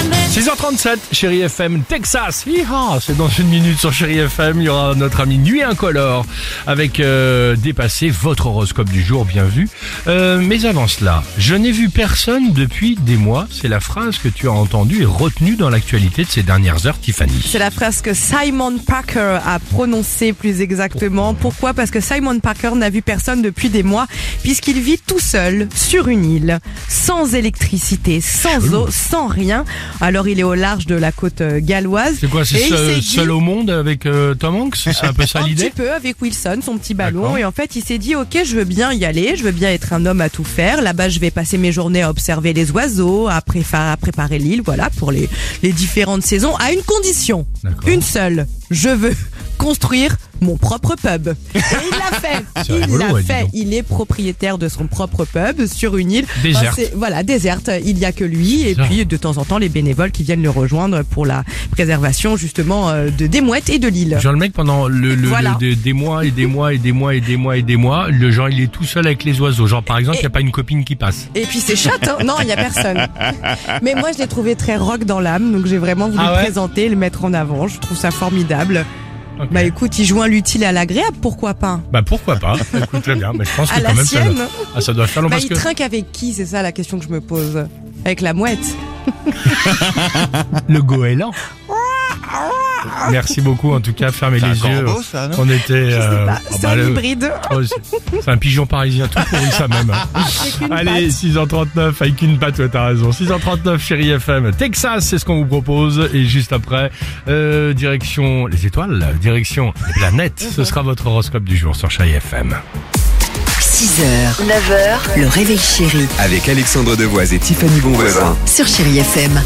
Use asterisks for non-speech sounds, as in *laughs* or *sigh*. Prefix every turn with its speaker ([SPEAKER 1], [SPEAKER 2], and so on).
[SPEAKER 1] 6h37, chérie FM, Texas. Hi-ha, C'est dans une minute sur chérie FM. Il y aura notre ami Nuit Incolore avec euh, Dépasser votre horoscope du jour, bien vu. Euh, mais avant cela, je n'ai vu personne depuis des mois. C'est la phrase que tu as entendue et retenue dans l'actualité de ces dernières heures, Tiffany.
[SPEAKER 2] C'est la phrase que Simon Parker a prononcée plus exactement. Pourquoi Parce que Simon Parker n'a vu personne depuis des mois, puisqu'il vit tout seul sur une île, sans électricité, sans eau, sans rien. Alors il est au large de la côte euh, galloise.
[SPEAKER 1] C'est quoi, c'est
[SPEAKER 2] Et il
[SPEAKER 1] seul,
[SPEAKER 2] s'est dit-
[SPEAKER 1] seul au monde avec euh, Tom Hanks C'est un peu ça
[SPEAKER 2] un petit
[SPEAKER 1] l'idée
[SPEAKER 2] peu avec Wilson, son petit ballon.
[SPEAKER 1] D'accord.
[SPEAKER 2] Et en fait, il s'est dit, ok, je veux bien y aller, je veux bien être un homme à tout faire. Là-bas, je vais passer mes journées à observer les oiseaux, à, préfa- à préparer l'île, voilà, pour les, les différentes saisons, à une condition,
[SPEAKER 1] D'accord.
[SPEAKER 2] une seule. Je veux construire mon propre pub. Et il l'a fait.
[SPEAKER 1] *laughs* C'est
[SPEAKER 2] Il
[SPEAKER 1] rigolo,
[SPEAKER 2] l'a
[SPEAKER 1] ouais, dis
[SPEAKER 2] fait.
[SPEAKER 1] donc.
[SPEAKER 2] Il est propriétaire de son propre pub sur une île.
[SPEAKER 1] Déserte.
[SPEAKER 2] c'est- voilà, déserte. Il y a que lui. Et
[SPEAKER 1] Bizarre.
[SPEAKER 2] puis, de temps en temps, les bénévoles qui viennent le rejoindre pour la préservation, justement, euh, de des mouettes et de l'île.
[SPEAKER 1] Genre le mec pendant le, le-
[SPEAKER 2] Voilà.
[SPEAKER 1] le- des, des mois et des mois et des mois et des mois et des mois, le genre il est tout seul avec les oiseaux. Genre par exemple, il n'y a pas une copine qui passe.
[SPEAKER 2] Et puis c'est chatte, hein. non, il y a personne. Mais moi, je l'ai trouvé très rock dans l'âme, donc j'ai vraiment voulu
[SPEAKER 1] Ah ouais
[SPEAKER 2] le présenter, le mettre en avant. Je trouve ça formidable.
[SPEAKER 1] Ok.
[SPEAKER 2] Bah écoute, il joint l'utile à l'agréable, pourquoi pas
[SPEAKER 1] Bah pourquoi pas *laughs* Écoute très bien, mais je pense que
[SPEAKER 2] À
[SPEAKER 1] quand
[SPEAKER 2] la
[SPEAKER 1] même ça,
[SPEAKER 2] sienne.
[SPEAKER 1] doit- ah, ça doit faire long
[SPEAKER 2] Bah
[SPEAKER 1] parce
[SPEAKER 2] il
[SPEAKER 1] que
[SPEAKER 2] trinque avec qui C'est ça la question que je me pose. Avec la mouette. *laughs*
[SPEAKER 1] le goéland. Merci beaucoup en tout cas, fermez les yeux. On était euh,
[SPEAKER 2] Bah,
[SPEAKER 1] oh,
[SPEAKER 2] c'est
[SPEAKER 1] bah,
[SPEAKER 2] un
[SPEAKER 1] le-
[SPEAKER 2] hybride.
[SPEAKER 1] oh, c'est- c'est un pigeon parisien tout pourri
[SPEAKER 2] *laughs*
[SPEAKER 1] ça même.
[SPEAKER 2] C'est une
[SPEAKER 1] Allez, 6h39 avec une patte, ouais, t'as raison. 6h39 chérie FM, Texas, c'est ce qu'on vous propose. Et juste après, euh, direction les étoiles, direction les planètes. ce sera votre horoscope du jour sur chérie FM.
[SPEAKER 3] 6h, 9h, le réveil chéri
[SPEAKER 4] Avec Alexandre Devoise et Tiffany Bonvoisin.
[SPEAKER 3] sur Chéri FM.